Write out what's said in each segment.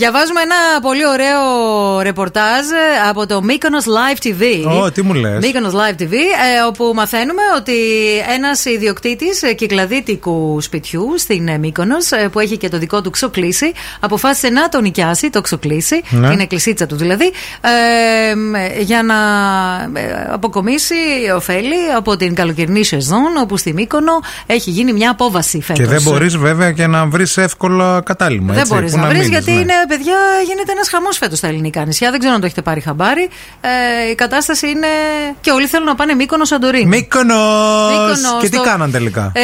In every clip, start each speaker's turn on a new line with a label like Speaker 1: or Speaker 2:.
Speaker 1: Διαβάζουμε ένα πολύ ωραίο ρεπορτάζ ε, από το Mykonos Live TV.
Speaker 2: Ω, τι μου λες.
Speaker 1: Mykonos Live TV, ε, όπου μαθαίνουμε ότι ένας ιδιοκτήτης ε, κυκλαδίτικου σπιτιού στην ε, Mykonos, ε, που έχει και το δικό του ξοκλήσι, αποφάσισε να τον νοικιάσει, το ξοκλήσι,
Speaker 2: Ναι.
Speaker 1: την εκκλησίτσα του δηλαδή, ε, μ, ε, για να ε, αποκομίσει ωφέλη από την καλοκαιρινή σεζόν, όπου στη Μύκονο έχει γίνει μια απόβαση φέτος.
Speaker 2: Και δεν μπορείς βέβαια και να βρεις εύκολα κατάλημα.
Speaker 1: Ε, Δεν
Speaker 2: έτσι,
Speaker 1: μπορείς
Speaker 2: που
Speaker 1: να βρεις,
Speaker 2: μείνεις,
Speaker 1: γιατί
Speaker 2: ναι.
Speaker 1: είναι, παιδιά, γίνεται ένας χαμός φέτος στα ελληνικά νησιά. Δεν ξέρω αν το έχετε πάρει χαμπάρι. Ε, η κατάσταση είναι. και όλοι θέλουν να πάνε Μύκονο Σαντορίνη.
Speaker 2: Μύκονος!
Speaker 1: Μύκονος,
Speaker 2: Και τι
Speaker 1: το-
Speaker 2: κάναν τελικά.
Speaker 1: Ε,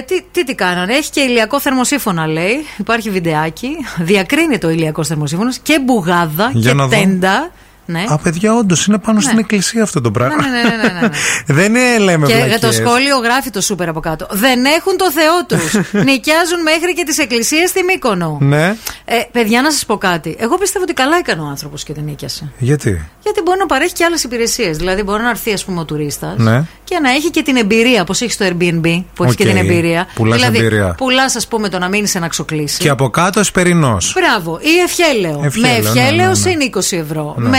Speaker 1: τι, τι, τι κάνανε. Έχει και ηλιακό θερμοσύφωνα, λέει. Υπάρχει βιντεάκι. Διακρίνει το ηλιακό θερμοσύφωνος και μπουγάδα
Speaker 2: Για
Speaker 1: και
Speaker 2: να δω.
Speaker 1: τέντα. Ναι.
Speaker 2: Α, παιδιά, όντως είναι πάνω στην εκκλησία αυτό το πράγμα.
Speaker 1: Ναι, ναι, ναι, ναι, ναι, ναι.
Speaker 2: δεν είναι, λέμε
Speaker 1: Και
Speaker 2: βλακίες.
Speaker 1: το σχόλιο γράφει το σούπερ από κάτω. Δεν έχουν το Θεό τους. Νοικιάζουν μέχρι και τις εκκλησίες στη Μύκονο.
Speaker 2: Ναι.
Speaker 1: Ε, παιδιά, να σας πω κάτι. Εγώ πιστεύω ότι καλά έκανε ο άνθρωπος και την νοίκιασε.
Speaker 2: Γιατί.
Speaker 1: Γιατί μπορεί να παρέχει και άλλες υπηρεσίες. Δηλαδή, μπορεί να έρθει, ας πούμε, ο τουρίστας
Speaker 2: Ναι.
Speaker 1: και να έχει και την εμπειρία. Όπως έχεις στο Airbnb, που έχει και
Speaker 2: Οκ.
Speaker 1: την εμπειρία.
Speaker 2: Πουλάς
Speaker 1: δηλαδή,
Speaker 2: εμπειρία.
Speaker 1: πουλάς, ας πούμε, το να μείνεις σε ένα ξοκλήσι.
Speaker 2: Και από κάτω σπερινό.
Speaker 1: Μπράβο. Ή ευχέλαιο.
Speaker 2: Ευχέλαιο,
Speaker 1: με
Speaker 2: ναι,
Speaker 1: ευχέλαιο
Speaker 2: ναι, ναι.
Speaker 1: συν 20 ευρώ. Με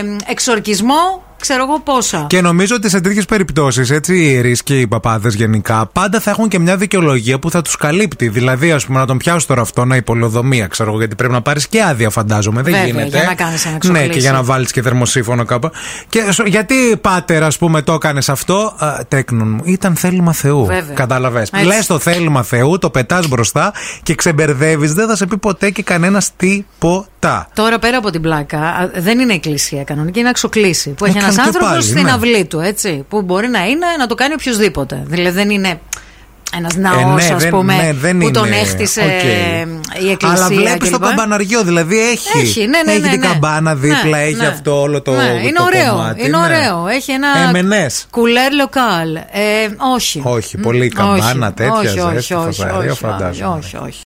Speaker 1: εμ, εξορκισμό, ξέρω εγώ πόσα.
Speaker 2: Και νομίζω ότι σε τέτοιες περιπτώσεις, έτσι, οι ιερείς και οι παπάδες γενικά, πάντα θα έχουν και μια δικαιολογία που θα τους καλύπτει. Δηλαδή, ας πούμε, να τον πιάσω τώρα αυτό, να υπολοδομία, ξέρω εγώ, γιατί πρέπει να πάρεις και άδεια, φαντάζομαι. Δεν
Speaker 1: Βέβαια,
Speaker 2: γίνεται.
Speaker 1: για να κάνεις ένα
Speaker 2: Ναι,
Speaker 1: εξοπλίσιο.
Speaker 2: και για να βάλεις και θερμοσύφωνο κάπου. Και σο- γιατί, πάτερ, ας πούμε, το έκανες αυτό, α, τέκνον μου. Ήταν θέλημα Θεού.
Speaker 1: Βέβαια.
Speaker 2: Κατάλαβες.
Speaker 1: Έτσι.
Speaker 2: Λες το θέλημα Θεού, το πετάς μπροστά και ξεμπερδεύεις. Δεν θα σε πει ποτέ και κανένας τίποτα.
Speaker 1: Τώρα πέρα από την πλάκα, α, δεν είναι εκκλησία κανονική, είναι αξοκλήση. Που έχει
Speaker 2: Ε,
Speaker 1: ένας
Speaker 2: και
Speaker 1: άνθρωπος
Speaker 2: πάλι,
Speaker 1: στην
Speaker 2: ναι.
Speaker 1: αυλή του, έτσι. Που μπορεί να είναι να το κάνει οποιοδήποτε. Δηλαδή δεν είναι ένας ναός,
Speaker 2: ναι,
Speaker 1: ας
Speaker 2: δεν-
Speaker 1: πούμε,
Speaker 2: ναι, δεν
Speaker 1: που
Speaker 2: είναι.
Speaker 1: τον έκτισε
Speaker 2: Οκ.
Speaker 1: η εκκλησία.
Speaker 2: Αλλά βλέπεις το
Speaker 1: κλπ.
Speaker 2: καμπαναριό, δηλαδή έχει.
Speaker 1: Έχει, ναι, ναι,
Speaker 2: έχει
Speaker 1: ναι,
Speaker 2: την
Speaker 1: ναι.
Speaker 2: καμπάνα δίπλα,
Speaker 1: Ναι,
Speaker 2: έχει
Speaker 1: ναι.
Speaker 2: αυτό όλο το.
Speaker 1: Ναι,
Speaker 2: το
Speaker 1: είναι ωραίο.
Speaker 2: κομμάτι,
Speaker 1: είναι
Speaker 2: ναι.
Speaker 1: ωραίο. Έχει ένα.
Speaker 2: Εμενές.
Speaker 1: Κουλέρ λοκάλ. Ε, όχι.
Speaker 2: Όχι, πολύ καμπάνα,
Speaker 1: Όχι,
Speaker 2: τέτοια
Speaker 1: όχι,
Speaker 2: ζέστη,
Speaker 1: όχι, όχι,
Speaker 2: φοβερή,
Speaker 1: όχι,
Speaker 2: φαντάζομαι.
Speaker 1: όχι, όχι.